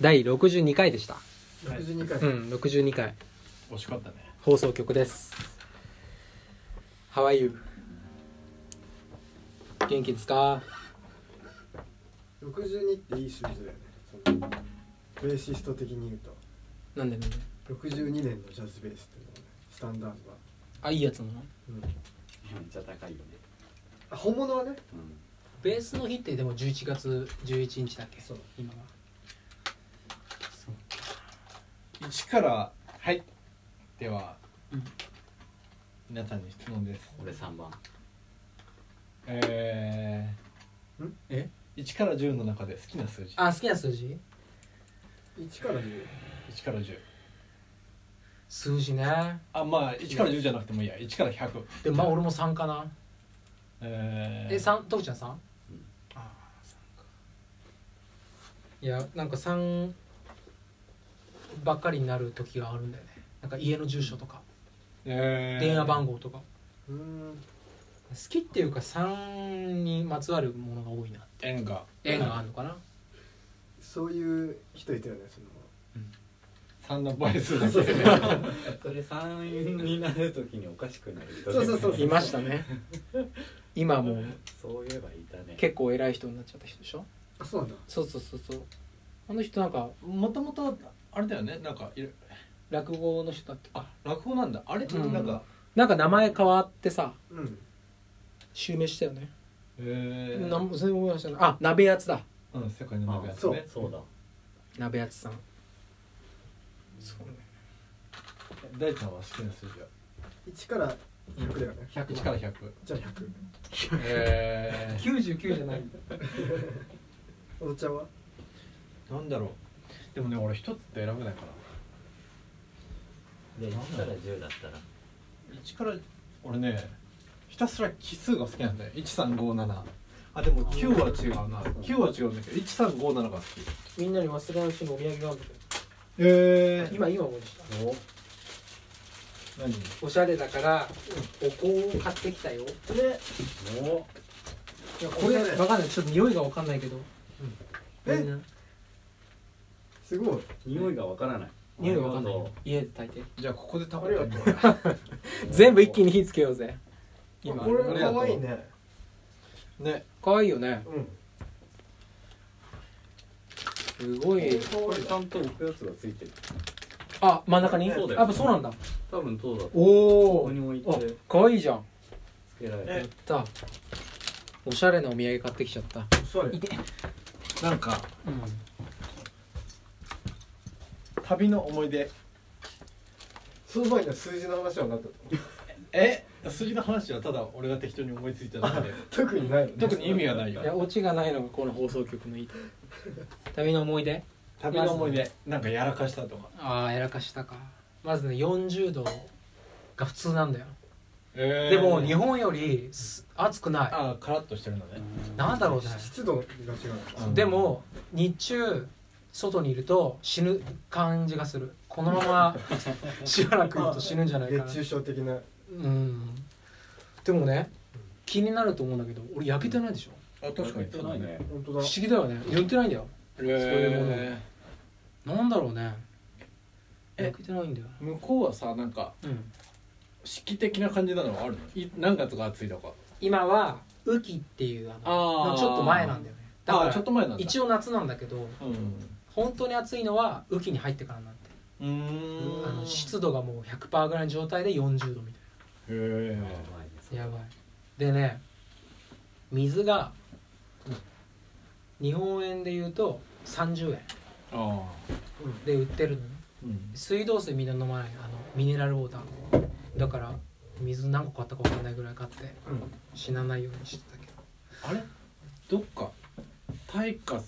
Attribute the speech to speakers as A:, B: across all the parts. A: 第62回でした
B: 62回、
A: うん62回
C: 惜しかったね
A: 放送局です「How are you? 元気ですか
B: 62っていい数字だよねそのベーシスト的に言うと
A: なんでなんで
B: 62年のジャズベースっていうのがねスタンダードは、
A: あいいやつなの
B: うん、
D: めっちゃ高いよね、
B: あ本物はね
D: うん、
A: ベースの日ってでも11月11日だっけ
B: そう
A: 今は
C: 1から「はい」では、
A: うん
C: 皆さんに質問です
D: 俺3番
C: えー、
B: ん
A: え
C: 1から10の中で好きな数字
A: あ好きな数字
B: 1から10
C: 1から10
A: 数字ね
C: あまあ1から10じゃなくてもいいや1から100
A: でもまあ俺も3かな
C: えー、
A: え三徳ちゃん 3? あ
D: ん
A: あ3かいやなんか3ばっかりになる時があるんだよねなんか家の住所とか
C: えー
A: 電話番号とか
B: うーん
A: 好きっていうか3にまつわるものが多いな
C: 円が
A: 縁があるのかな
B: そういう人いたよねその
C: 3の倍数だけで
D: それ3になるときにおかしくなる人
B: そうそうそう
A: いましたね今もう
D: そういえばいたね
A: 結構偉い人になっちゃった人でしょ
B: あそうなんだ
A: そうそうそうそうあの人なんか
C: もともとあれだよねなんかいる
A: 落語の人だっけ
C: あ落語なんだあれ、
A: うん
C: なんか
A: なんか名前変わってさ
B: うん
A: 襲名したよね、
C: えー、
A: なんもそれ思いましたねあ鍋やつだ
C: うん世界の中やつ
B: そ
C: ね
B: う
D: そうだ
A: 鍋やつさんそうね
C: 大ちゃんは好きな数字は
B: 1から100だよね
C: 1から100
B: じゃあ100
C: え
A: 99じゃない
B: お茶は
C: ー、なんだろうでもね俺一つって選べないから
D: で1から10だったら
C: 1から俺ねひたすら奇数が好きなんだよ1357あでも9は違うな9は違うんだけど1357が好き
A: みんなに忘れないうちにお土産があるんだけど
C: え
A: 今今思い出した
C: お何
A: おしゃれだからお香を買ってきたよ
C: これ
D: お
A: いやこれ
B: おしゃれ
A: わかんないちょっと匂いがわかんないけど、
B: え
A: みんな
B: すごい
D: 匂いがわからない
A: 匂いがわかんない
D: ありがと
A: 家で炊いて
C: じゃあここで食
B: あ
C: べ
B: り
C: よ
B: が
C: う
B: とう
A: 全部一気に火つけようぜ今
B: これかわいいね
C: ね
A: かわいいよね
B: うん
A: すごい
D: これちゃんと置くやつがついてる
A: あ真ん中に
D: そうだよ
A: やっぱそうなんだ
D: 多分そうだこ
A: お
D: こ
A: お
D: に置い
A: あ
D: て
A: かわいいじゃん
D: つけられ
A: や
D: る
A: ったおしゃれなお土産買ってきちゃった
B: おしゃれ
C: なんか
A: うん
C: 旅の思い出
B: その前には数字の話はなかった
C: え数字の話はただ俺が適当に思いついただけで
B: 特にないよね
C: 特に意味はないよ
A: いやオチがないのがこの放送局 のいいとこ旅の思い出
C: 旅の思い出なんかやらかしたとか
A: ああやらかしたかまずね40度が普通なんだよ
C: え
A: でも日本よりす暑くない
C: あカラッとしてるのね
A: なんだろうね
B: 湿度が違う
C: うん
A: でも日中外にいると死ぬ感じがするこのま ましばらくいると死ぬんじゃないかな
B: 熱中症的な
A: うんでもね気になると思うんだけど俺焼けてないでしょ
C: あ確かに
D: そうだね
B: 本当
A: 不
B: だ
A: 思議だよね塗ってないんだよ
C: えー
A: そういうものなんだろうね
C: え
A: 焼けてないんだよ
C: 向こうはさなんか
A: うん
C: 式的な感じなのはあるのい何月が暑いとか
A: 今は雨季っていうあの
C: あー
A: ちょっと前なんだよねだか
C: あちょっ
A: ら
C: と前なんだ
A: 一応夏なんだけど
C: うん
A: 本当に暑いのは雨季に入ってからなんて
C: うーん
A: あの湿度がもう100%ぐらいの状態で40度みた
C: へえ
A: いなやばいでね水が日本円で言うと30円
C: ああ
A: で売ってるのね
C: うん
A: 水道水みんな飲まないあのミネラルウォーターだから水何個買ったか分かんないぐらい買って
B: うん
A: 死なないようにしてたけど、
C: あれどっかタイか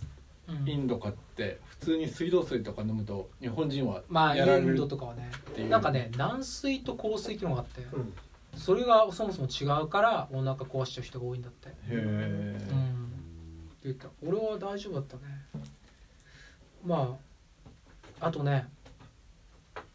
C: インドかって普通に水道水とか飲むと日本人は
A: まあイ
C: やられ
A: ン
C: る
A: ド
C: っ
A: とかはね
C: ていう
A: なんかね軟水と硬水っていうのがあって
B: うん
A: それがそもそも違うからお腹壊しちゃう人が多いんだって
C: へえ
A: うんって言った俺は大丈夫だったねまああとね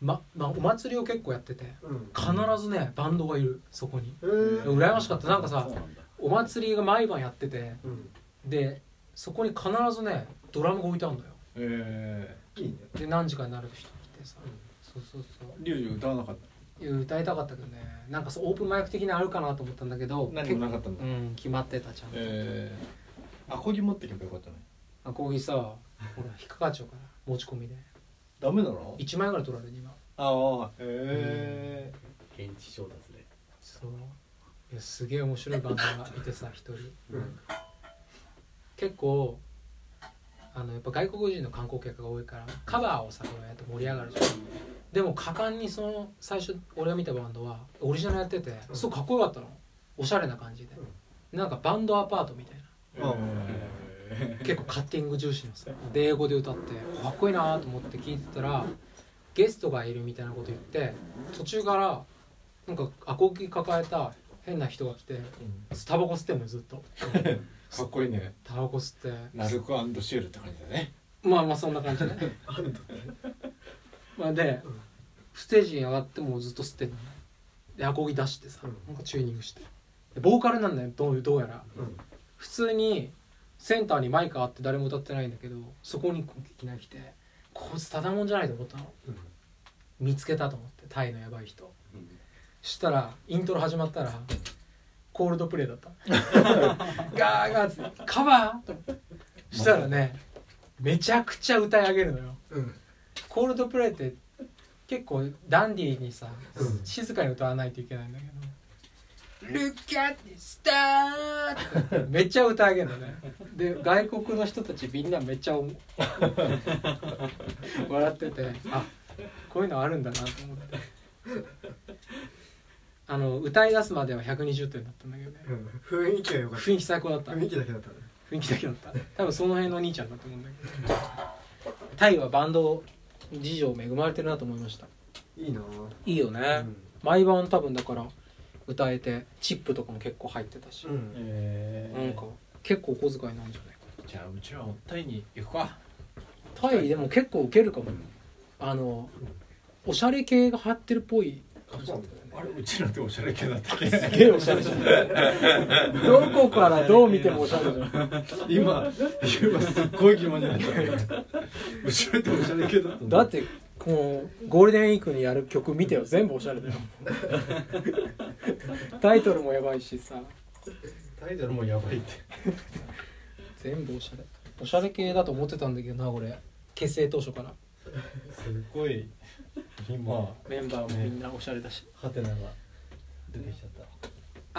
A: ま、まあ、お祭りを結構やってて
B: うん
A: 必ずねバンドがいるそこに
B: えー
A: 羨ましかったなんかさ
D: そうなんだ
A: お祭りが毎晩やってて
B: うん
A: でそこに必ずねドラムが置いてあるんだよ
C: え
B: いいね
A: で何時かになる人来てさ、そうそうそう
C: ー、リュウジ歌わなかっ
A: いや歌いたかったけどねなんかそうオープンマイク的なのあるかなと思ったんだけど
C: 何もなかったん
A: 結
C: だ
A: 構うん決まってたちゃんと、
C: たえー、アコギ持ってけばよかったね
A: あコーヒーさほら引っかかっちゃうから持ち込みで
C: ダメなの
A: 1万円ぐらい取られる今
C: ああええ
D: 現地調達で
A: そういやすげえ面白いバンドがいて さ一人
B: うん
A: 結構あのやっぱ外国人の観光客が多いからカバーをさこうやって盛り上がるじゃんでも果敢にその最初俺が見たバンドはオリジナルやっててすごいかっこよかったのおしゃれな感じでなんかバンドアパートみたいな
C: ー、あ
A: 結構カッティング重視のさで英語で歌ってかっこいいなと思って聞いてたらゲストがいるみたいなこと言って途中からなんかアコギ抱えた変な人が来てタバコ吸ってんのよずっと
C: かっこいいね
A: タバコ吸って
C: ナルコシエルって感じだね
A: まあまあそんな感じねまあでステージに上がってもずっと吸ってんのねでアコギ出してさ
B: うん
A: なんかチューニングしてでボーカルなんだよどうどうやら
B: うん
A: 普通にセンターにマイクあって誰も歌ってないんだけどそこにいきなり来てこいつただもんじゃないと思ったの
B: うん
A: 見つけたと思ってタイのやばい人そしたらイントロ始まったらコールドプレイ だったガーガーっつってカバーと思ってそしたらねめちゃくちゃ歌い上げるのよ
B: うん
A: コールドプレイって結構ダンディーにさ、
B: うん
A: 静かに歌わないといけないんだけど「Look at the star」ってめっちゃ歌あげるのねで外国の人たちみんなめっちゃお笑っててあこういうのあるんだなと思ってあの歌い出すまでは120点だったんだけどね
B: うん雰囲気が良かった
A: 雰囲気最高だった
B: 雰囲気だけだったね
A: 雰囲気だけだった多分その辺の兄ちゃんだと思うんだけどタイはバンド事情恵まれてるなと思いました
B: いいなぁ
A: いいよね、毎晩多分だから歌えてチップとかも結構入ってたし、
B: うんうん
C: え
A: なんか結構お小遣いなんじゃないか
C: じゃあうちはタイに行くか
A: タイでも結構ウケるかも、あのおしゃれ系が流行ってるっぽい感じだったよね
C: あれうちらっておしゃれ系だったっけ
A: すげえおしゃれじゃんどこからどう見てもおしゃれじゃん
C: 今今すっごい疑問になったねうちらっておしゃれ系だったん
A: だってこのゴールデンウィークにやる曲見てよ全部おしゃれ だよタイトルもやばいしさ
C: タイトルもやばいって
A: 全部おしゃれおしゃれ系だと思ってたんだけどな俺結成当初から
C: すっごい今
A: メンバーもみんなおしゃれだし、
C: ハテナが出てきちゃった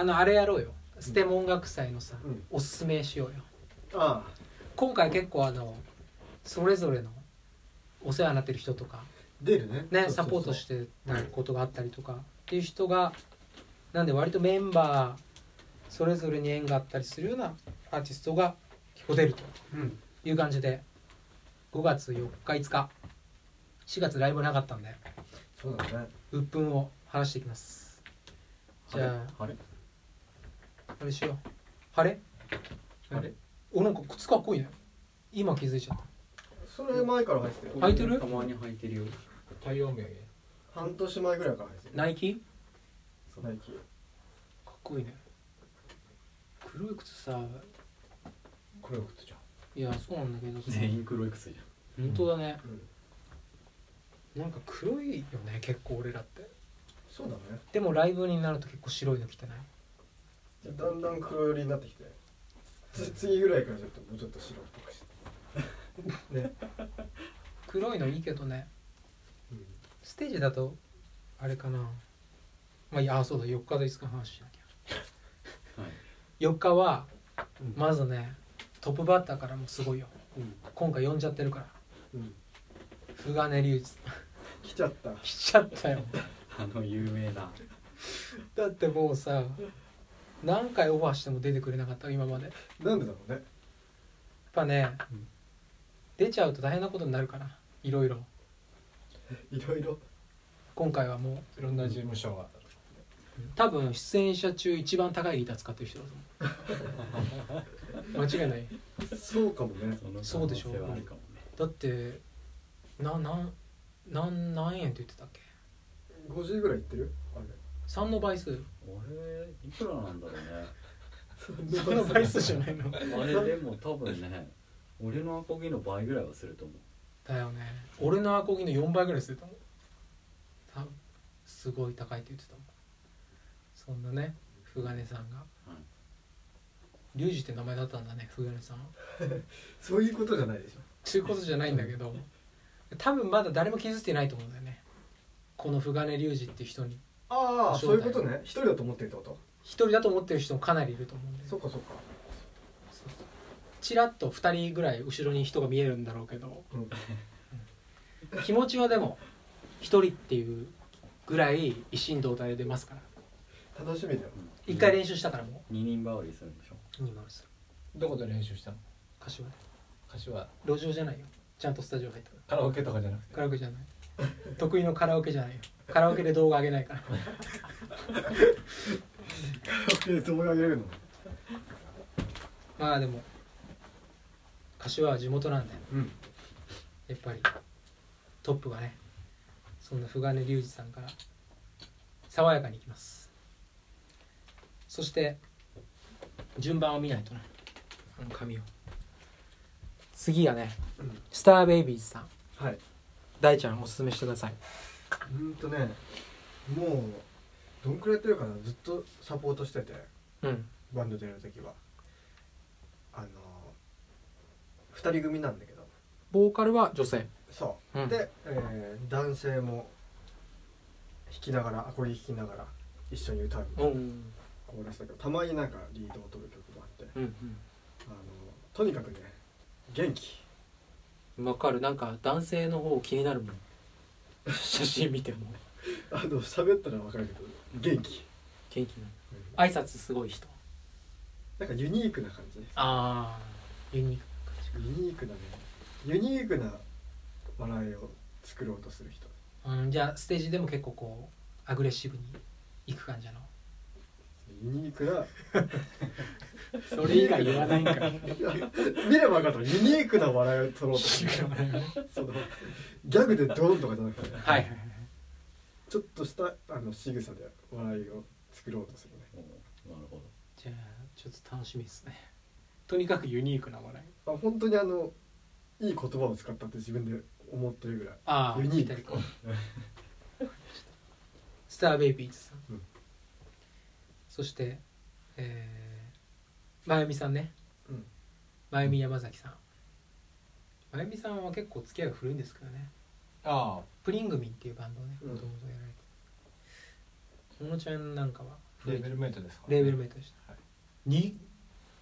A: あのあれやろうよステム音楽祭のさ、
B: うん
A: おすすめしようよ
B: ああ
A: 今回結構あのそれぞれのお世話になってる人とか
B: 出るね
A: ねサポートしてたことがあったりとか、っていう人がなんで割とメンバーそれぞれに縁があったりするようなアーティストが結構出ると
B: うん
A: いう感じで5月4日5日4月ライブなかったんで
B: そうだね
A: 鬱憤を晴らしていきますじゃあ
D: あれ
A: あれしよう晴れ
B: あれ
A: おなんか靴かっこいいね今気づいちゃっ
B: それ前から入ってた
A: 履
B: よ
A: いてる
D: たまに履いてるよ
C: 太陽明
B: 半年前ぐらいから入って
A: た
B: た
A: ナイキ
B: ナイキ
A: かっこいいね黒い靴さ
C: 黒い靴じゃん
A: いやそうなんだけどさ
D: 全員黒い靴じ
A: 本当だね、
B: うん
A: なんか黒いよね結構俺らって
B: そうだね
A: でもライブになると結構白いの着てない
B: だんだん黒寄りになってきてつ次ぐらいからちょっともうちょっと白っぽくして
A: 黒いのいいけどね
B: うん
A: ステージだとあれかなまあいやあそうだ4日で5日の話しなきゃ
D: ゃんはい
A: 4日は
B: うん
A: まずねトップバッターからもすごいよ
B: うん
A: 今回呼んじゃってるから
B: うん
A: フガネリュウジ
B: 来ちゃった
A: 来ちゃった よ
D: あの有名な
A: だってもうさ何回オファーしても出てくれなかった今までやっ
B: なんでだろうね
A: ぱね、
B: うん
A: 出ちゃうと大変なことになるからいろいろ
B: いろいろ
A: 今回はも
C: いろんな事務所が
A: う多分出演者中一番高いギター使ってる人だと思う間違いない
B: そうかもね
D: その可能性
A: そうでしょう
D: はあるかもね
A: だってななんなん何円って言ってたっけ
B: 50ぐらいいってるあれ
A: 3の倍数
D: 俺いくらなんだろう
A: 3の倍数じゃないの
D: ねあれでも多分ね俺のアコギの倍ぐらいはすると思う
A: だよね俺のアコギの4倍ぐらいすると思う多分すごい高いって言ってたもんそんなねフガネさんが、
D: はい
A: リュウジって名前だったんだねフガネさん
B: そういうことじゃないでしょ
A: そういうことじゃないんだけど多分まだ誰も気づいてないと思うんだよねこのフガネリュウジっていう人に
B: ああ
A: 正
B: そ
A: 体
B: ういうことね一人だと思ってるってこと
A: 一人だと思ってる人もかなりいると思うんで
B: そっかそっか
A: ちらっと2人ぐらい後ろに人が見えるんだろうけど
B: うん
A: 気持ちはでも一人っていうぐらい一心同体で出ますから
B: 楽 しみだよ
A: 一回練習したからも
D: 二人羽織するんでしょ
A: う203
E: どこで練習したの
A: 柏で
E: 柏
A: 路上じゃないよちゃんとスタジオ入ったか
E: カラオケとかじゃなくて
A: らカラオケじゃない得意のカラオケじゃないよカラオケで動画上げないから
B: えどうやれるの
A: まあでも柏は地元なんで
B: うん
A: やっぱりトップがねそんな不金隆二さんから爽やかにいきますそして順番を見ないとねあの紙を次がね、スターベイビーズさん
B: はい
A: 大ちゃんおすすめしてください
B: うんとねもうどんくらいやってるかなずっとサポートしてて
A: うん
B: バンドでやる時はあの2人組なんだけど
A: ボーカルは女性
B: そう、
A: うん
B: で、えー男性も弾きながらアコギ弾きながら一緒に歌う
A: うん
B: コーラスだけどたまになんかリードを取る曲もあって
A: うん
B: あのとにかくね元気
A: うんわかるなんか男性の方気になるもん 写真見ても
B: あの喋ったら分かるけど元気
A: 元気になる挨拶すごい人
B: なんかユニークな感じ
A: ああユニーク
B: ユニークなねユニークな笑いを作ろうとする人
A: うん、じゃあステージでも結構こうアグレッシブにいく感じなの
B: ユニークな
A: それ以外言わ ないんかい
B: 見れば分かると思うユニークな笑いを取ろうとするそのギャグでドーンとかじゃなくて
A: はいはい
B: ちょっとしたあの仕草で笑いを作ろうとするね
D: おーなるほ
A: じゃあちょっと楽しみですねとにかくユニークな笑い
B: まあ本当にあのいい言葉を使ったって自分で思ってるぐらい
A: ああ
B: ユニーク
A: かスターベイビーズさん、
B: うん
A: そしてえーまゆみさんね、
B: うん
A: まゆみ山崎さんまゆみさんは結構付き合いが古いんですけどね
C: ああ
A: プリングミンっていうバンドをね
B: うん
A: もともとやられて小野ちゃんなんかは
C: レーベルメイトですか
A: レーベルメイトでした、
C: はい
A: に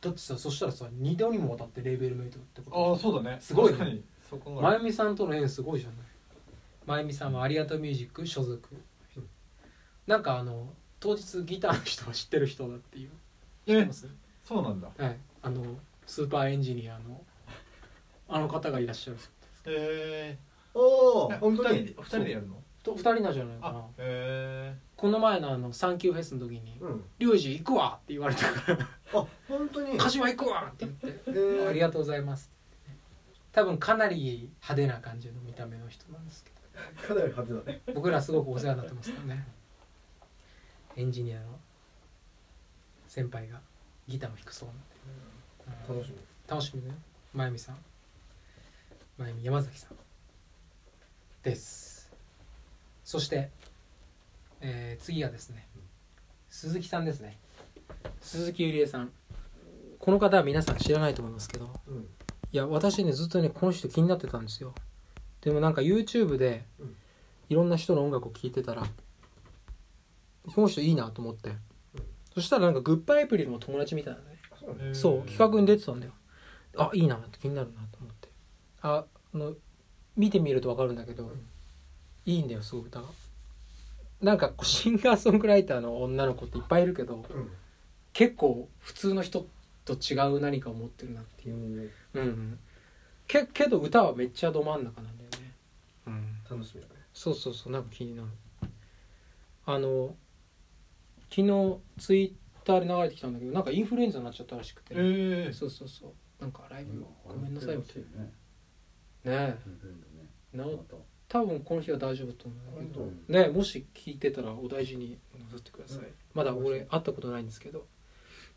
A: だってさそしたらさ2度にもわたってレーベルメイトってこと
C: ああ
A: でし
C: そうだね
A: すごいね
C: 確かにそこ
A: ょ
C: が
A: まゆみさんとの縁すごいじゃないまゆみさんはありがとうミュージック所属、
B: うん
A: なんかあの当日ギターの人は知ってる人だっていう知って
C: え
A: ます
C: そうなんだ
A: はいあのスーパーエンジニアのあの方がいらっしゃる
C: え
B: お
C: え
B: お本当
C: 二人
B: に
C: で二人でやるの
A: と2人なんじゃないかな
C: あへ
A: この前のあのサンキューフェスの時に
B: うん
A: 「リュウジ行くわ!」って言われたから
B: あ本当
A: 「
B: に
A: 柏行くわ!」って言って
B: え
A: あり
B: ー、
A: がとうございます。多分かなり派手な感じの見た目の人なんですけ
B: かなり派手だね
A: ど、僕らすごくお世話になってますからね。エンジニアの先輩がギターも弾くそうなんで、うん
B: 楽しみ
A: 楽しみね。まゆみさん、まゆみ山崎さんです。そして、えー次がですね、鈴木さんですね。鈴木ゆりえさん。この方は皆さん知らないと思いますけど、
B: うん
A: いや私ねずっとねこの人気になってたんですよでもなんか YouTube で
B: うん
A: いろんな人の音楽を聴いてたらこの人いいなと思って、そしたらなんかグッバイエプリルも友達みたいなね、
B: あそうなの
C: え
A: そう企画に出てたんだよあいいなって気になるなと思ってああの見てみると分かるんだけど、いいんだよすごい歌がなんかこうシンガーソングライターの女の子っていっぱいいるけど
B: うん
A: 結構普通の人と違う何かを持ってるなっていう
B: う
A: う
B: ん
A: んけけど歌はめっちゃど真ん中なんだよね、うん、
B: 楽しみだね
A: そうそうそうなんか気になるあの昨日ツイッターで流れてきたんだけどなんかインフルエンザになっちゃったらしくて、
C: ええ
A: そうそうそうなんかライブ
D: ど
A: ごめんなさいみたい
D: ね
A: なね
D: インフルエンザね
A: えな
D: また
A: 多分この日は大丈夫と思うんだけど
D: 本
A: ねえもし聞いてたらお大事になさってください、まだ俺会ったことないんですけど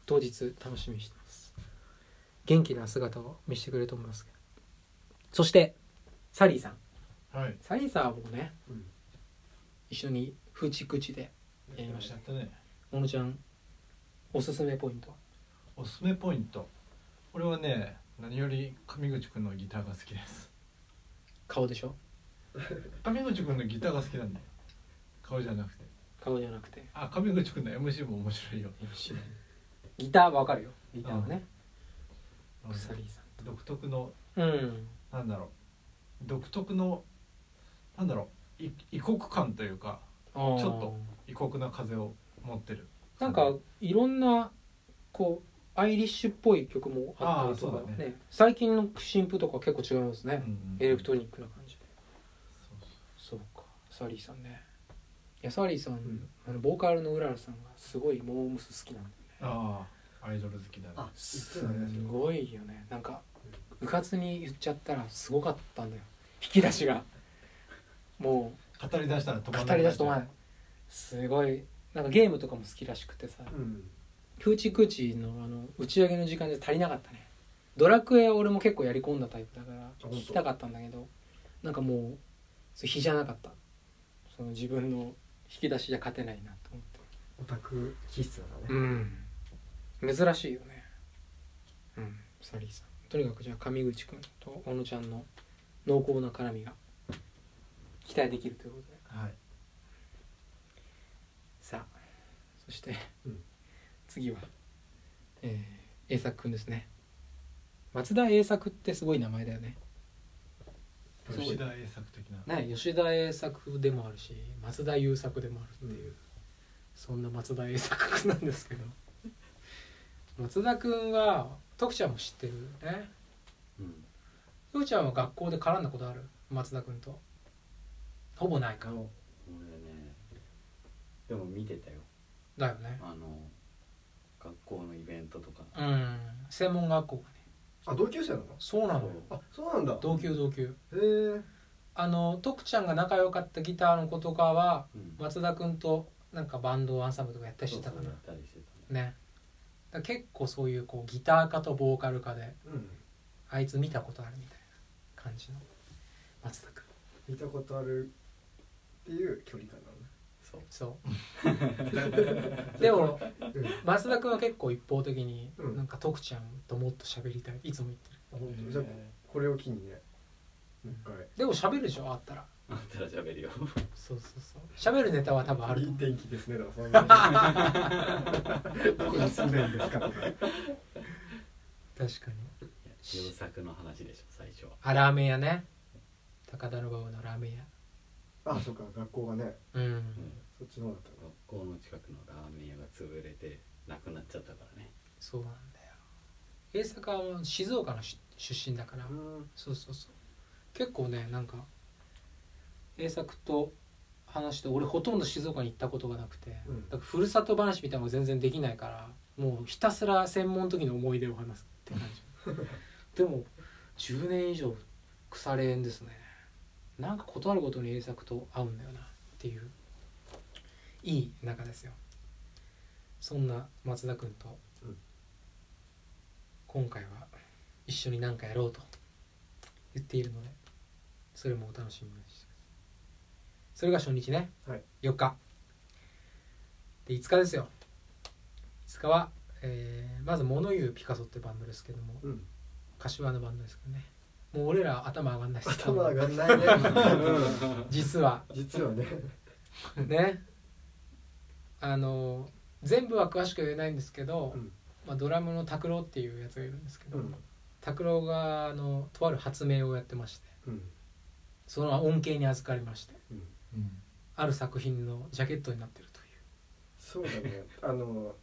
A: 当日楽しみにしてます元気な姿を見せてくれると思いますけどそしてサリーさん
C: はい
A: サリーさんは僕ね、
B: うん
A: 一緒にフチクチでやりました
C: やったね
A: 小野ちゃんおすすめポイントは
C: おすすめポイント俺はね何より上口くんのギターが好きです
A: 顔でしょ
C: 上口くんのギターが好きなんだよ顔じゃなくて
A: 顔じゃなくて
C: あ上口くんの MC も面白いよ
A: ギターはわかるよギターはね、サリーさ
C: 独特の
A: んうん
C: なんだろう独特のなんだろうい異国感というか
A: ちょ
C: ちょっと異国な風を持ってる
A: なんかいろんなこうアイリッシュっぽい曲もあったりと
C: あー
A: か
C: そう
A: ね
C: だね
A: 最近の新譜とか結構違いますね、エレク
C: リ
A: トリックな感じでそうかサリーさんねいやサリーさん、
B: ん
A: あのボーカルのうららさんがすごいモームス好きなんだよね
C: ああアイドル好きだね
B: あ
A: す
B: そうなんですよ
A: ごいよねなんかうかつに言っちゃったらすごかったんだよ引き出しがもう
C: 語り出したら止まら
A: 語り出すと前すごいなんかゲームとかも好きらしくてさ
B: うん
A: 空地空地のあの打ち上げの時間じゃ足りなかったねドラクエは俺も結構やり込んだタイプだから
B: 当
A: 聞きたかったんだけどなんかもうそれ比じゃなかったその自分の引き出しじゃ勝てないなと思って
B: オタク気質だね
A: うん珍しいよねうんサリーさんとにかくじゃあ上口くんと小野ちゃんの濃厚な絡みが期待できるということで
C: はい
A: さあそして、
B: うん
A: 次は、えー、栄作くんですね松田栄作ってすごい名前だよねそう
C: 吉田栄作的な
A: ね吉田栄作でもあるし松田優作でもあるっていう、そんな松田栄作くんなんですけど松田くんは徳ちゃんも知ってるね
D: うん
A: 徳ちゃんは学校で絡んだことある松田くんとほぼないか
D: 俺ねでも見てたよ
A: だよね
D: あの学校のイベントとか
A: うん専門学校がね
B: あ同級生なの
A: そうなのよ
B: あそうなんだへ
A: 同級同級
B: え
A: あの徳ちゃんが仲良かったギターの子とかは
D: うん
A: 松田君となんかバンドアンサンブルとかやったりしてたか
D: そう
A: な
D: そうやったりしてたね
A: ねだから結構そういうこうギター科とボーカル科で
B: うん
A: あいつ見たことあるみたいな感じの松田君
B: 見たことあるっていう距離感なのね
D: そう
A: そうでも
B: うん
A: 松田君は結構一方的に
B: うん
A: なんか徳ちゃんともっと喋りたいいつも言ってる
B: あ本当じゃあこれを機にねもう一回
A: でも喋るでしょあったら
D: あんたら喋るよ
A: そうそうそう喋るネタは多分あると
B: いい
A: 思う
B: 天気ですねだから そんなどこに住んでるんですかとか
A: 確かに
D: いや優作の話でしょ最初は
A: あラーメン屋ね高田馬場のラーメン屋
B: あそっか学校がね
A: うん
B: そっちの方だったのか
D: 学校の近くのラーメン屋が潰れてなくなっちゃったからね
A: そうなんだよ栄作はもう静岡のし出身だから、
B: うん
A: そうそうそう結構ねなんか栄作と話して俺ほとんど静岡に行ったことがなくて、
B: うん
A: だからふるさと話みたいなのが全然できないからもうひたすら専門の時の思い出を話すって感 じでも10年以上腐れ縁ですねなんか断るごとに栄作と会うんだよなっていういい仲ですよそんな松田君と、
B: うん
A: 今回は一緒に何かやろうと言っているのでそれもお楽しみにしてくださいそれが初日ね、
B: はい
A: 4日で5日ですよ5日は、えーまず「モノユうピカソ」ってバンドですけども
B: うん
A: 柏のバンドですけどねもう俺ら頭上がんないです
B: 頭上がんないねうん
A: 実は
B: 実はね
A: ねあの全部は詳しく言えないんですけど、
B: うん
A: まあ、ドラムの拓郎っていうやつがいるんですけど
B: うん
A: 拓郎、があのとある発明をやってまして
B: うん
A: その恩恵に預かりまして
B: うん
C: うん
A: ある作品のジャケットになってるという
B: そうだねあの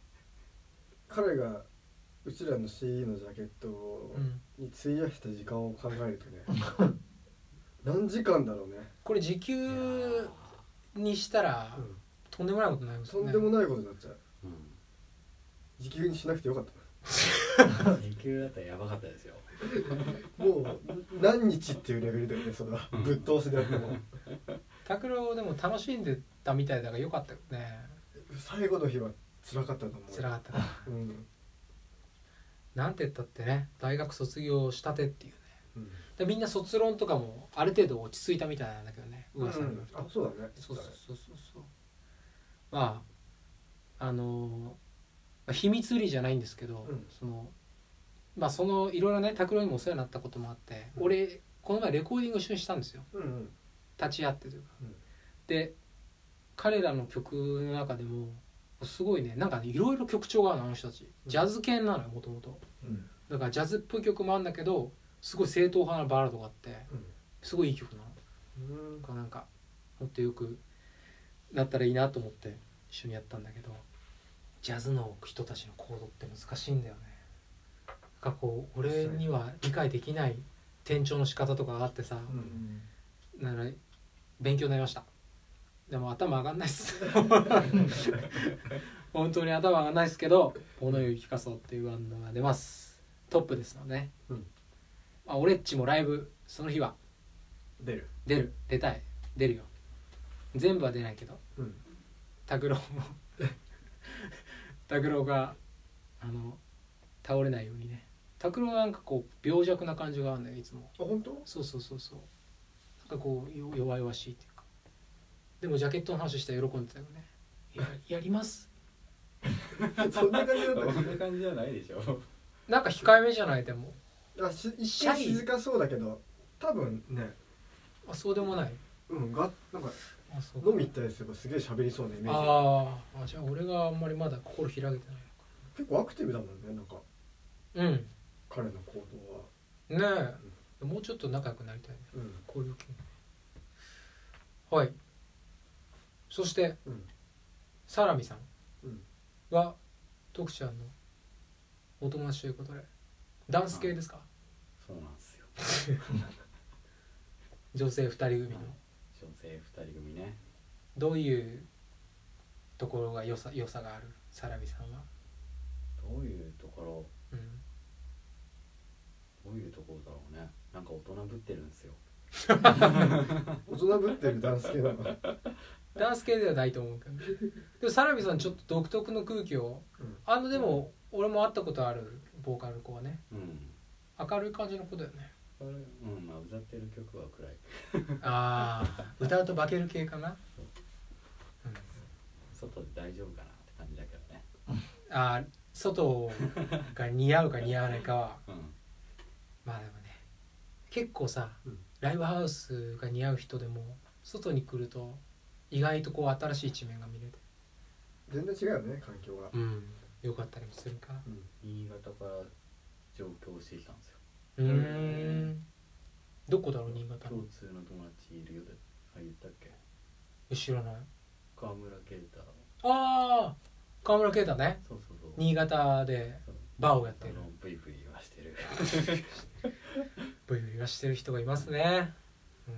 B: 彼がうちらの CD のジャケットを
A: うん、
B: に費やした時間を考えるとね何時間だろうね、
A: これ時給にしたら
B: う
A: とんでもないことになり
B: ん、
A: ます
B: と
A: よ
B: ん
A: ね
B: でもないことになっちゃう
D: うん
B: 時給にしなくてよかった
D: 時給だったらやばかったですよ
B: なもう何日っていうレベルだよねそれはぶっ通しでやっても
A: 拓郎でも楽しんでたみたいだからよかったよね
B: 最後の日は辛かったと思う
A: 辛かったから
B: うん
A: なんて言ったってね大学卒業したてっていうねでみんな卒論とかもある程度落ち着いたみたいなんだけどね噂によると、
B: あそうだね
A: そうそうそうそうそうまああのまあ秘密裏じゃないんですけど、
B: うん
A: そのまあそのいろいろね拓郎にもお世話になったこともあって、
B: うん
A: 俺この前レコーディング一緒にしたんですよ
B: うん
A: 立ち会ってというか、
B: うん
A: で彼らの曲の中でもすごいねなんかねいろいろ曲調があるのあの人たちジャズ系なのよもともと
B: うん
A: だからジャズっぽい曲もあるんだけどすごい正統派なバラードがあってすごいいい曲なの
B: うん
A: なんかなんかもっとよくなったらいいなと思って一緒にやったんだけどジャズの人たちの行動って難しいんだよねなんかこう俺には理解できない転調の仕方とかがあってさ、
B: うん
A: なら勉強になりましたでも頭上がんないっ す本当に頭上がんないっすけど「小野由紀香そう」っていうバンドが出ますトップですのでね、
B: うん
A: まあ、俺っちもライブその日は
B: 出る
A: 出る出たい出るよ全部は出ないけど
B: うん
A: 拓郎も 拓郎があの倒れないようにね拓郎はなんかこう病弱な感じがあるんだよいつも
B: あ本当
A: そうそうそうそうなんかこうよ弱々しいっていうかでもジャケットの話したら喜んでたよね ややります
B: そんな感じだっ
D: そ
B: た
D: んな感じじゃないでしょ
A: なんか控えめじゃないでも
B: あし一瞬静かそうだけど多分ね
A: あそうでもない
B: うんがなんか
A: あそう
B: 飲み行ったりすればすげえ喋りそうなイメージ
A: あーあじゃあ俺があんまりまだ心開けてない
B: 結構アクティブだもんねなんか
A: のか
B: 彼の行動は
A: うんねえもうちょっと仲良くなりたいね
B: うん
A: こういう気分はいそして
B: うん
A: サラミさん
B: うん
A: は徳ちゃんのお友達ということでダンス系ですか
D: そうなんですよ
A: 女性2人組の
D: 女性二人組ね
A: どういうところが良さ良さがあるサラミさんは、
D: どういうところ
A: うん、
D: どういうところだろうねなんか大人ぶってるんですよ
B: 大人ぶってるダンス系なの
A: ダンス系ではないと思うけどでもサラミさんちょっと独特の空気を
B: うん
A: あのでも俺も会ったことあるボーカル子はね
D: うん
A: 明るい感じの子だよね
D: これうんまあ歌ってる曲は暗い
A: ああ歌うと化ける系かな、うん、
D: 外で大丈夫かなって感じだけどね
A: あー外が似合うか似合わないかは
D: うん
A: まあでもね結構さ、
B: うん
A: ライブハウスが似合う人でも外に来ると意外とこう新しい一面が見れて、
B: 全然違うよね環境が
A: うん、よかったりもするから
B: うん
D: 新潟から上京してきたんですよ
A: うーんどこだろう新潟の
D: 共通の友達いるよであ言ったっけ
A: 知らない
D: 川村啓太の
A: ああ川村啓太ね
D: そうそうそう
A: 新潟で
D: そう
A: バーをやっ
D: あ
A: てる
D: のブイブイはしてる
A: ブイブイはしてる人がいますねうん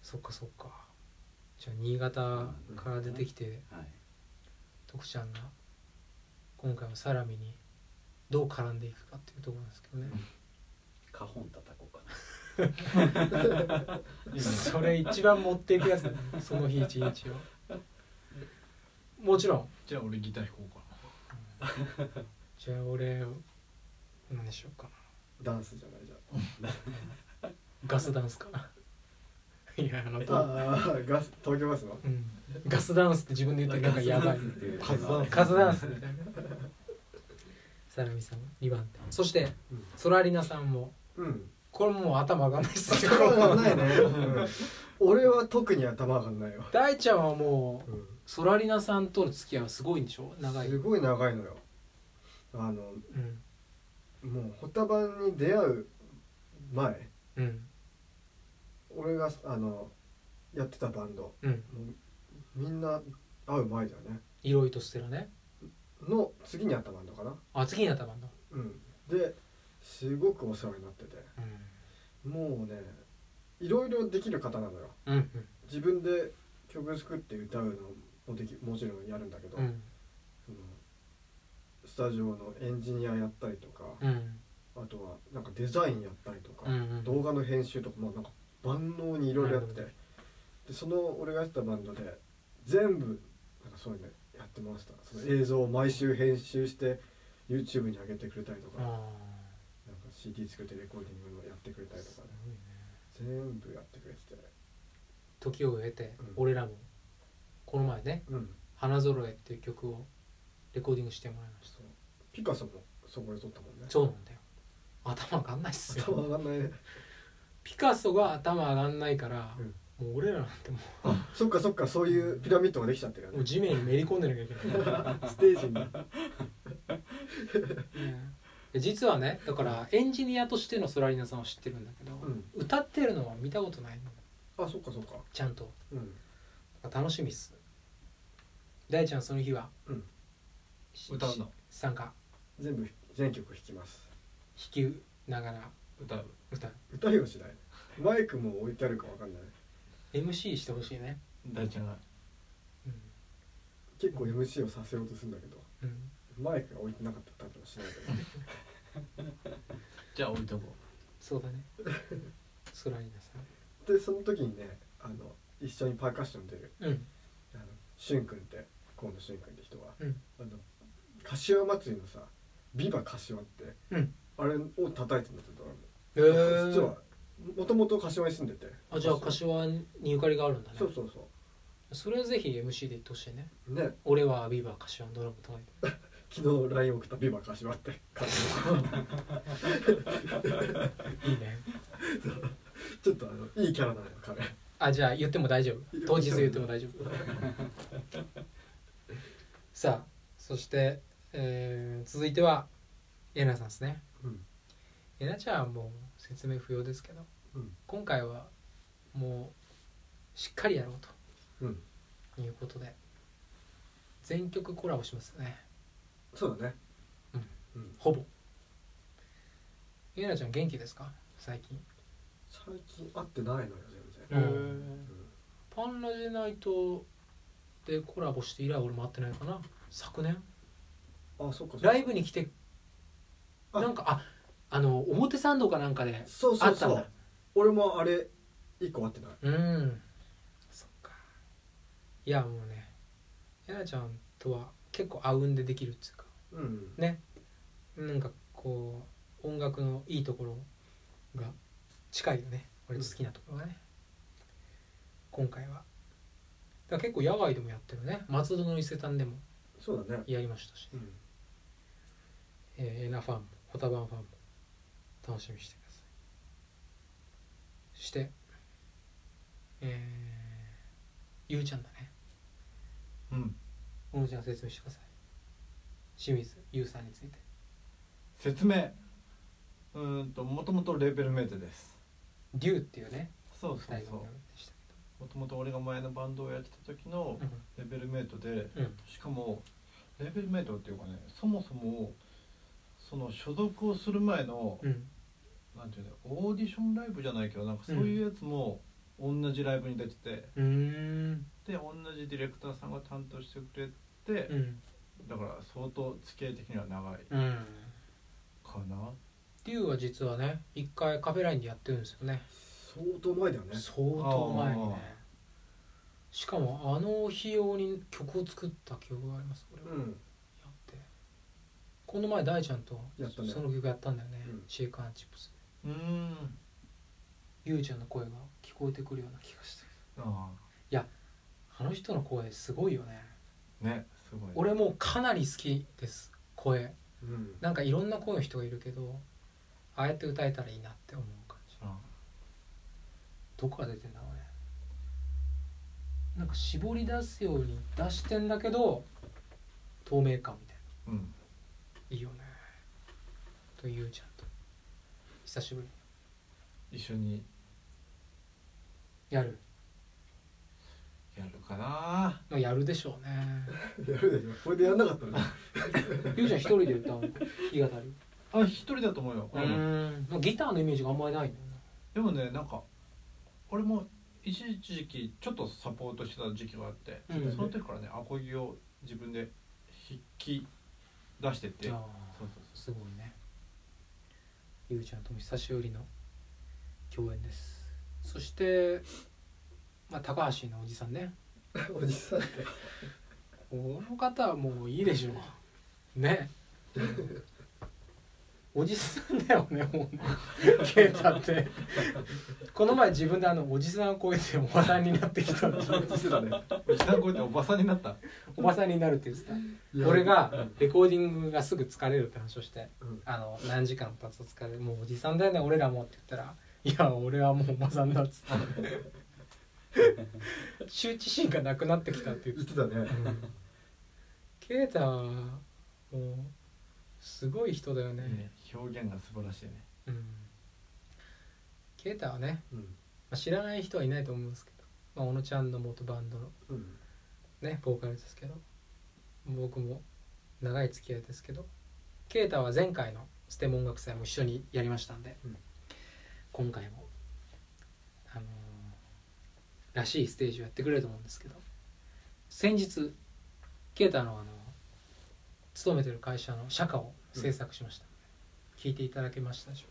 A: そっかそっかじゃあ新潟から出てきて
D: はい
A: 徳ちゃんが今回もサラミにどう絡んでいくかっていうところなんですけどね
D: カホン叩こうかな
A: それ一番持っていくやつだねその日一日をもちろん
C: じゃあ俺ギター弾こうか
A: じゃあ俺何しようかな
B: ダンスじゃないじゃん
A: ガスダンスかないやあのと、
B: ああガス東京ガスの
A: うん、ガスダンスって自分で言ってるなんかやばい
D: カ
C: カズダンス
A: カズダンスみたいなサラミさん2番手そして、
B: うん
A: ソラリナさんも
B: うん
A: これもう頭上がんないっすよ
B: 頭がないね、うん、俺は特に頭がないわ、
A: 大ちゃんはもう
B: うん、
A: ソラリナさんとの付き合いはすごいんでしょ長い、う
B: すごい長いのよあの
A: ん
B: もうホタバンに出会う前
A: うん
B: 俺があのやってたバンド
A: うん、
B: もうみんな会う前だよね
A: イロイとステラね
B: の次にあったバンドかな
A: あ次になったバンド、
B: うんですごくお世話になっててもうねいろいろできる方なのよ
A: うん、うん
B: 自分で曲作って歌うのもできもちろんやるんだけど、
A: うん
B: そのスタジオのエンジニアやったりとか、
A: うん
B: あとはなんかデザインやったりとか、
A: うんうん
B: 動画の編集とかもなんか万能にいろいろやってて
A: なる
B: でその俺がやってたバンドで全部なんかそういうのやってましたその映像を毎週編集して YouTube に上げてくれたりとか、
A: あ
B: なんかし CD 作ってレコーディングをやってくれたりとかね
A: ごいね
B: 全部やってくれてて
A: 時を経て
B: うん
A: 俺らもこの前ね
B: うん
A: 「花揃え」っていう曲をレコーディングしてもらいました
B: そうピカソもそこで撮ったもんね
A: そうなんだよ頭上がんないっす
B: 頭
A: よ
B: 上がんないね
A: ピカソが頭上がんないから、
B: うん
A: もう俺らなんても
B: そっかそっかそういうピラミッドができちゃってるよ
A: うもう
B: ね
A: 地面にめり込んでなきゃいけない
B: ステージに
A: で実はねだからエンジニアとしてのソラリナさんを知ってるんだけど、
B: うん
A: 歌ってるのは見たことないの
B: あそっかそっか
A: ちゃんと
B: うん
A: だから楽しみっす大ちゃんその日は、
B: うん
A: し
C: 歌うの
A: 参加
B: 全部全曲弾きます
A: 弾きながら
C: 歌う
A: 歌う
B: 歌いはしないマイクも置いてあるかわかんない
A: MC してほしいね、
C: 大ちゃんが
A: うん
B: 結構 MC をさせようとするんだけど
A: うん、
B: マイクが置いてなかったら多分しないけど
C: じゃあ置いとこ
A: そうだ ねソラリナさ
B: でその時にねあの一緒にパーカッション出る
A: んうん
B: あのしゅんくんって河野しゅんくんって人が、
A: うん
B: あの柏祭りのさ「ビバ柏」って、
A: うん
B: あれを叩いてんだってドラム、
A: え
B: 実はもともと柏に住んでて
A: あじゃあ柏にゆかりがあるんだね
B: そうそうそ
A: それはぜひ MC で言ってほしいね
B: うね
A: 俺はビーバー柏のドラム叩いて
B: 昨日 LINE 送った「ビバ柏」って感じ
A: いいね
B: ちょっとあのいいキャラなのよ彼
A: あじゃあ言っても大丈夫当日言っても大丈夫 さあそして、えー続いてはえなさんですね
B: うん
A: えなちゃんはもう説明不要ですけど、
B: うん
A: 今回はもうしっかりやろう
B: うん
A: ということで全曲コラボしますね
B: そうだね
A: うん
B: うん、
A: ほぼえなちゃん元気ですか最近
B: 最近会ってないのよ全然、
A: う
C: う、
A: ん
C: へ
A: パンラジナイトでコラボして以来俺も会ってないかな昨年
B: あそっかそっか
A: ライブに来て
B: あ
A: なんかああの表参道かなんかで
B: そう
A: あ
B: そう
A: ったん
B: そ
A: だ
B: う俺もあれ一個会ってない
A: うんそっかいやもうねやなちゃんとは結構あうんでできるっていうか
B: うん
A: なんかこう音楽のいいところが近いよね俺の好きなところがね、今回はだから結構野外でもやってるね松戸の伊勢丹でも
B: そうだね
A: やりましたし
B: うん
A: えーエナファンもホタバンファンも楽しみにしてくださいそしてえー、ゆうちゃんだね
C: うん
A: 小野ちゃん説明してください清水ゆうさんについて
C: 説明うーんともともとレーベルメイトです
A: リュウっていうね
C: そう
A: 二
C: そう
A: 人の
C: そう
A: 名前でした
C: もともと俺が前のバンドをやってた時の
A: けど
C: レーベルメイトで
A: うん、うん、
C: しかもレーベルメイトっていうかねそもそもその所属をする前の、
A: うん、
C: なんていうのオーディションライブじゃないけどなんかそういうやつも同じライブに出てて、
A: うーん
C: で同じディレクターさんが担当してくれて、
A: うん
C: だから相当付き合い的には長い
A: うん
C: かな
A: リュウは実はね一回カフェラインでやってるんですよね
B: 相当前だよね
A: 相当前にね
C: あ
A: しかもあの日用に曲を作った記憶があります俺は
B: うん
A: やってこの前大ちゃんと
B: やったね
A: その曲やったんだよね、
B: うん
A: シェイクアンチップス
C: うーん
A: ゆうちゃんの声が聞こえてくるような気がして
C: あ
A: あの人の声すごいよね
C: あねすごい
A: 俺もうかなり好きです声
B: うん
A: なんかいろんな声の人がいるけどああやって歌えたらいいなって思う感じ
C: あ
A: どこから出てんだろうねなんか絞り出すように出してんだけど透明感みたいな
C: うん
A: いいよねとゆうちゃんと久しぶりに
C: 一緒に
A: やる
C: やるかな
A: まあ、やるでしょうね。
B: やるでしょこれでやんなかったら
A: ゆうちゃん一人で歌うの弾き語り。
C: あ一人だと思うよ、
A: ん。まあギターのイメージがあんまりないんだよ
C: でもねなんか俺も一時期ちょっとサポートしてた時期があって、
A: うん
C: その時からねアコギを自分で引き出してて
A: な。
C: そ
A: あ
C: うそう
A: あ、すごいね。ゆうちゃんとも久しぶりの共演です。そして、まあ、高橋のおじさんね。
B: おじ さんって
A: この方はもういいでしょう。ね。おじさんだよねもう啓太ってこの前自分であのおじさんを超えておばさんになってきたって
B: してたね
C: おじさん超えておばさんになった
A: おばさんになるって言ってた
B: いや
A: 俺がレコーディングがすぐ疲れるって話をして、
B: うん
A: あの何時間経つと疲れるもうおじさんだよね俺らもって言ったら「いや俺はもうおばさんだ」っつって羞恥心がなくなってきたっていう
B: 言ってたね
A: 啓太はもうすごい人だよね
C: ね表現が素晴らしいね
A: うん啓太、はね、
B: うん
A: まあ、知らない人はいないと思うんですけど、まあ、小野ちゃんの元バンドの
B: うん
A: ねボーカルですけど僕も長い付き合いですけど啓太は前回のステム音楽祭も一緒にやりましたんで、
B: うん
A: 今回も、あのーらしいステージをやってくれると思うんですけど先日啓太の、あの勤めてる会社の社歌を制作しました、聞いていただけましたでしょ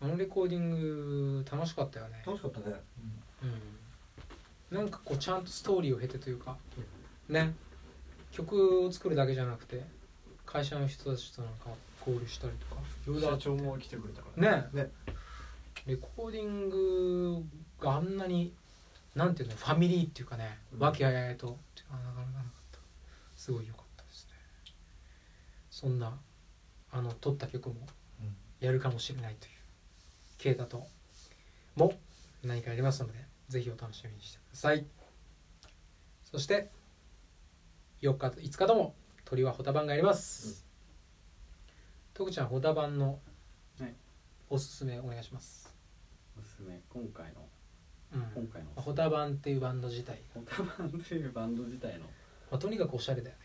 A: うかあのレコーディング楽しかったよね
B: 楽しかったね
A: うん、なんかこうちゃんとストーリーを経てというかね曲を作るだけじゃなくて会社の人たちとなんか交流したりとか
C: 社長も来てくれたから
A: ね
B: ね
A: レコーディングがあんなになんていうのファミリーっていうかね
B: うん
A: 和気あいあいとっていうのはなかなかなかったすごい良かったですねそんなあの撮った曲も
C: うん
A: やるかもしれないという啓太とも何かやりますのでぜひお楽しみにしてくださいそして4日と5日とも鳥はホタバンがやります徳ちゃんホタバンの
D: はい
A: おすすめお願いします
D: おすすめ今回の
A: うん
D: 今回の
A: ホタバンっていうバンド自体
D: ホタバンというバンド自体の
A: まあ、とにかくおしゃれだよね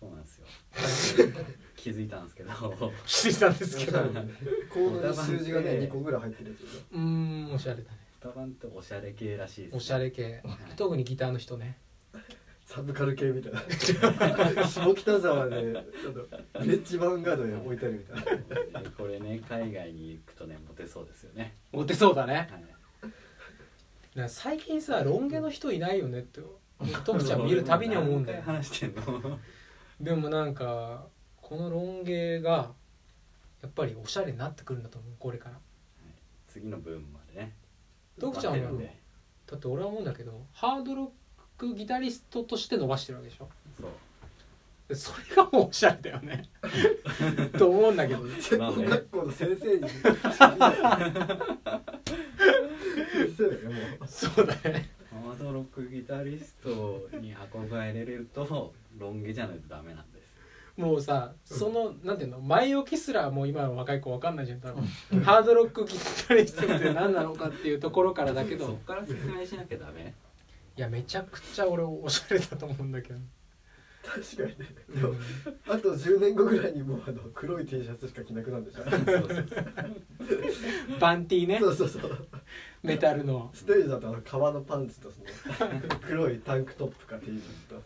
D: そうなんですよ 気づいたんですけど
A: 気づいたんですけど
B: コードに数字がね2個ぐらい入ってるやつでし
A: うーんおしゃれだね
D: 歌番っておしゃれ系らしいです、ね、
A: おしゃれ系
D: はい
A: 特にギターの人ね
B: ょサブカル系みたいな 下北沢であのビレッジヴァンガードに置いてあるみたいな
D: これね海外に行くとねモテそうですよね、
A: モテそうだね
D: はい、
A: なんか最近さロン毛の人いないよねってトムちゃん見るたびに思うんだよ
D: 何回話してんの
A: でもなんかこのロン毛がやっぱりおしゃれになってくるんだと思うこれから
D: 次の分までね
A: 徳ちゃんは
D: 待ってるで
A: だって俺は思うんだけどハードロックギタリストとして伸ばしてるわけでしょ
D: そう
A: でそれがもうおしゃれだよね と思うんだけど
B: 専
D: まあ
B: 門
D: ね
B: 学校の先生に先生だよもう
A: そうだね
D: ハードロックギタリストに憧れれるとロン毛じゃないとダメなんです
A: もうさその、なんていうの前置きすらもう今の若い子わかんないじゃん多分ハードロックギタリストって何なのかっていうところからだけ
D: そ
A: ど
D: っから説明しなきゃダメ
A: いやめちゃくちゃ俺おしゃれだと思うんだけど、
B: 確かにねでもあと10年後ぐらいにもうあの黒い T シャツしか着なくなるんでしょ
D: そうそうそう
A: バンティーね
B: そうそうそう
A: メタルの
B: ステージだとあの革のパンツとその黒いタンクトップか T シャツと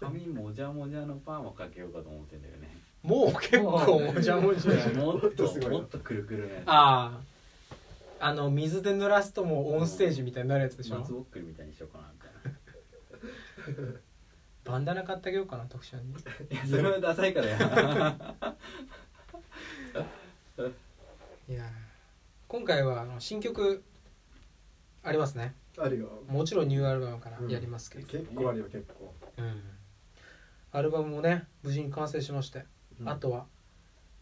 D: 髪もじゃもじゃのパーマかけようかと思ってんだよね
A: もう結構もじゃもじゃ
D: もっ
B: とすご
D: と
B: い
D: もっとくるくるね
A: あああの水で濡らすともうオンステージみたいになるやつでしょ
D: 松ぼっくりみたいにしようかなみたいな
A: バンダナ買ってあげようかな徳ちゃんに
D: いやそれはダサいから や
A: いやー今回はあの新曲ありますね
B: あるよ
A: もちろんニューアルバムからやりますけど、
B: 結構あるよ結構
A: うんアルバムもね無事に完成しまして、
B: うん
A: あとは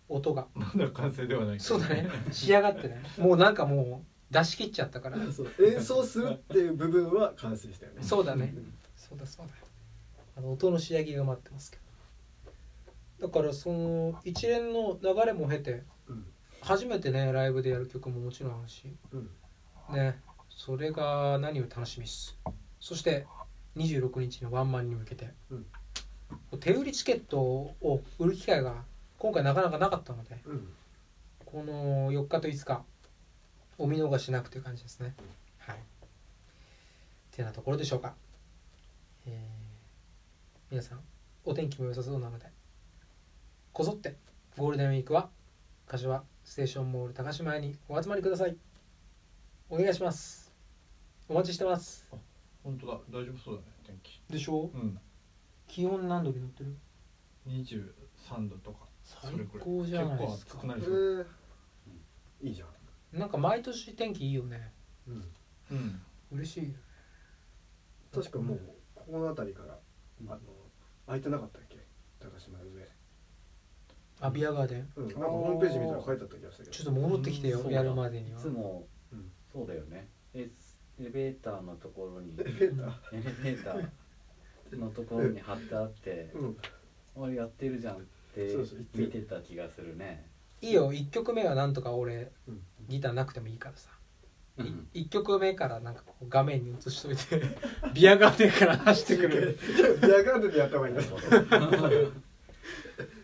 A: 音が
C: まだ完成ではないけど
A: そうだね仕上がってねもうなんかもう出し切っちゃったから
B: そう演奏するっていう部分は完成したよね
A: そうだねそうだそうだあの音の仕上げが待ってますけどだからその一連の流れも経て
B: うん
A: 初めてねライブでやる曲ももちろんあるし
B: うん
A: ねそれが何より楽しみっすそして26日のワンマンに向けて、
B: うん
A: 手売りチケットを売る機会が今回なかなかなかったので
B: うん
A: この4日と5日お見逃しなくという感じですねはいてなところでしょうか、えー皆さんお天気も良さそうなのでこぞってゴールデンウィークは柏ステーションモール高島屋にお集まりくださいお願いしますお待ちしてます
C: 本当だ大丈夫そうだね天気
A: でしょ
C: うん
A: 気温何度になってる
C: 23度とか
F: 最高じゃないですか
G: 結構熱くな
B: え
G: いですか、
B: ー、いいじゃん
F: なんか毎年天気いいよね
B: うん
G: うん
F: 嬉しいよね
B: 確かもうここの辺りから
D: うん
B: あの空いてなかったっけ高島の上
F: アビアガーデン
B: うん、なんかホームページ見たら書いてあった気がしたけど
F: ちょっと戻ってきてよ
D: そうだ
F: やるまでに
D: い
F: は
D: つも、
B: うん
D: そうだよねエスエレベーターのところに エ
B: エレベーター
D: レベーターのところに貼ってあって
B: うん
D: 「あれやってるじゃん」って
B: そうそう言ってる
D: 見てた気がするね
F: いいよ1曲目はなんとか俺
B: うん
F: ギターなくてもいいからさ
D: うん
F: 1曲目からなんかこう画面に映しといて ビアガーデンから走ってくる
B: ビアガーデンでやった方がい いんだ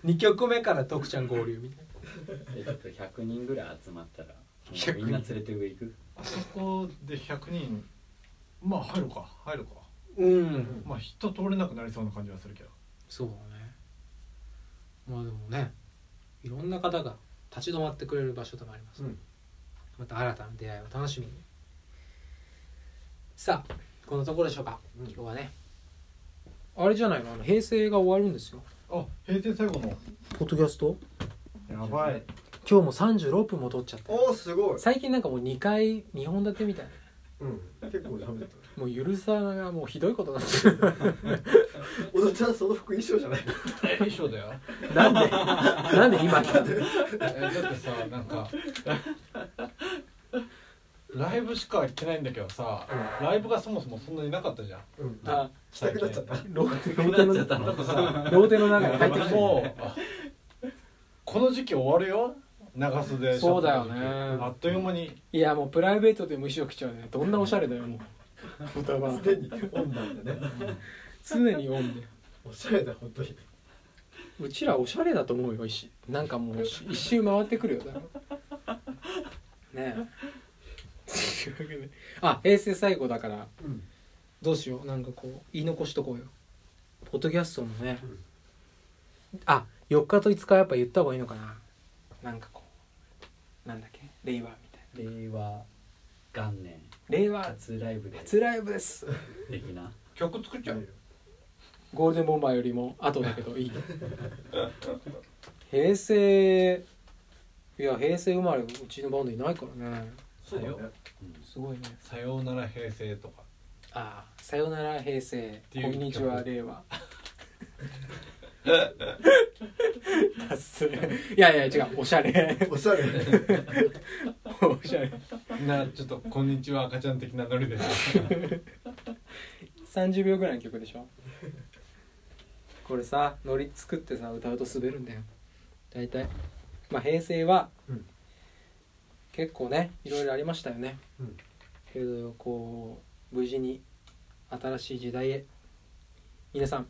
F: 2曲目から徳ちゃん合流みたいな
D: でちょっと100人ぐらい集まったらもう
F: 100
D: みんな連れて上行く
G: あそこで100人まあ入るか入るか
F: うん
G: まあ人通れなくなりそうな感じはするけど
F: そうだねまあでもねいろんな方が立ち止まってくれる場所でもあります、
B: うん
F: また新たな出会いを楽しみにさあこのところでしょうか、
B: うん
F: 今日はね
A: あれじゃないのあの平成が終わるんですよ
G: あ閉店最後の
A: ポッドキャスト
G: やばい
A: 今日も36分も撮っちゃった
B: おーすごい
A: 最近なんかもう2回2本立てみたいな
B: うん結構ダメだった
A: もう許さがもうひどいことになってる
B: おどちゃんその服衣装じゃない
C: 衣装だよ
A: なんでなんで今
C: えだってさなんかライブしか行ってないんだけどさライブがそもそもそんなになかったじゃん
B: うん
F: あ
B: 着たくなっちゃった
A: ロ
D: くなっちゃったの
A: ーテの中に
C: だか
A: 入って
C: ら
A: きて
C: もうあこの時期終わるよ長袖
A: そうだよ
C: シャツの時あ
A: ね
C: っという間に
A: いやもうプライベートでも衣装着ちゃうねどんなおしゃれだよもう言葉
B: 常にオンなんだね
A: 常にオンで
B: おしゃれだ本当に
A: うちらおしゃれだと思うよ一周なんかもうし一周回ってく るよだからねえというわけであ平成最後だから
B: うん
A: どうしようなんかこう言い残しとこうよポッドキャストもね、
B: うん
A: あ4日と5日はやっぱ言った方がいいのかななんかこうなんだっけ令和みたい
D: 令和元年
A: な令和
D: 初ライブで
A: 初ライブです
D: 的な
C: 曲作っちゃう
A: ゴールデンボンバーよりも後だけどい い平成いや平成生まれうちのバンドいないからね
B: そうだね
A: すごいね
C: さようなら平成と か
A: ああさよなら平成
C: て
A: こ
C: いうん
A: にちは
C: 曲
A: 令 和達成いやいや違うおしゃれ
B: おしゃれ
A: おしゃれ
C: なちょっと「こんにちは赤ちゃん」的なノリで
A: 30秒ぐらいの曲でしょ これさノリ作ってさ歌うと滑るんだよ大体まあ平成は、
B: うん
A: 結構ねいろいろありましたよね、
B: うん
A: けどこう無事に新しい時代へ皆さん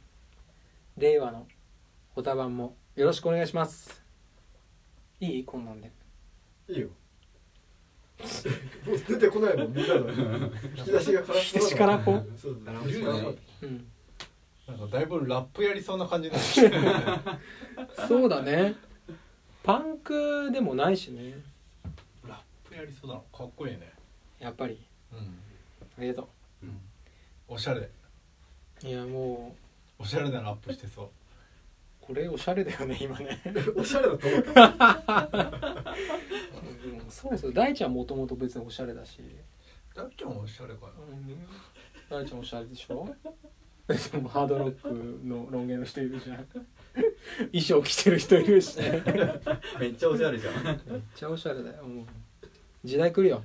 A: 令和のおたばんもよろしくお願いしますいいこんなんで
B: いいよもう出てこないもんみんなの引き出しが空っぽ
A: 引き出し空っぽ
B: そうだね
C: いるよね
A: うん
C: なんかだいぶラップやりそうな感じになってきたよね
A: そうだねパンクでもないしね
C: ラップやりそうだなかっこいいね
A: やっぱり
C: うん
A: ありがと
C: おしゃれ
A: ういやもう
C: おしゃれなラップしてそう
A: これおしゃれだよね今ね
B: おしゃれだと思うか
A: うんそうそう大ちゃんもともと別におしゃれだし、
C: だっちゃんおしゃれかな
A: 大ちゃんおしゃれでしょでもハードロックのロン毛の人いるじゃん衣装着てる人いるしねめっ
D: めっちゃおしゃれじゃん
A: ちゃおしゃれだよ、うん時代来るよ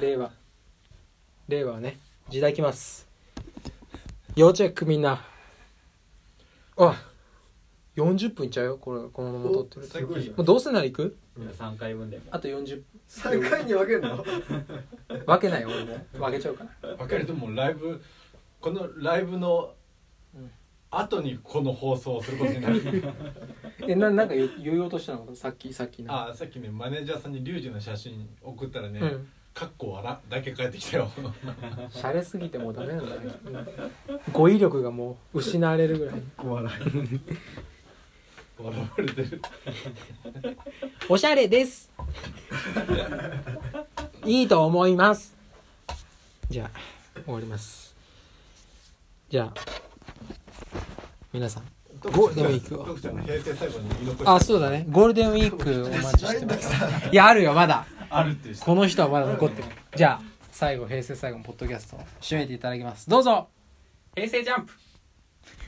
A: 令和令和はね時代来ます要チェックみんなあ40分いっちゃうよこれこのまま撮ってる
B: おすごいじゃん
A: もうどうせなら行く
D: 3回分でも
A: あと40
B: 3回に分けるの
A: 分けないよ俺も分けちゃうから
C: 分かるともうライブこのライブの
A: うん
C: 後にこの放送をすることにな る
A: えな なんか言う言おうとしたのさっきさっきの
C: あさっきねマネージャーさんにリュウジの写真送ったらね
A: うん
C: 「かっこわら」だけ返ってきたよ
A: しゃれすぎてもうダメなんだね、 語彙力がもう失われるぐらい
B: 笑
C: 笑われてる
A: おしゃれ ですいいと思いますじゃあ終わりますじゃあ皆さんゴールデンウィークを
C: 徳ちゃんの平成最後に言い残した
A: あそうだねゴールデンウィークお待ちしてますいやあるよまだ
H: あるっていう人
A: この人はまだ残ってるじゃあ最後平成最後のポッドキャストを締めていただきますどうぞ
I: 平成ジャンプ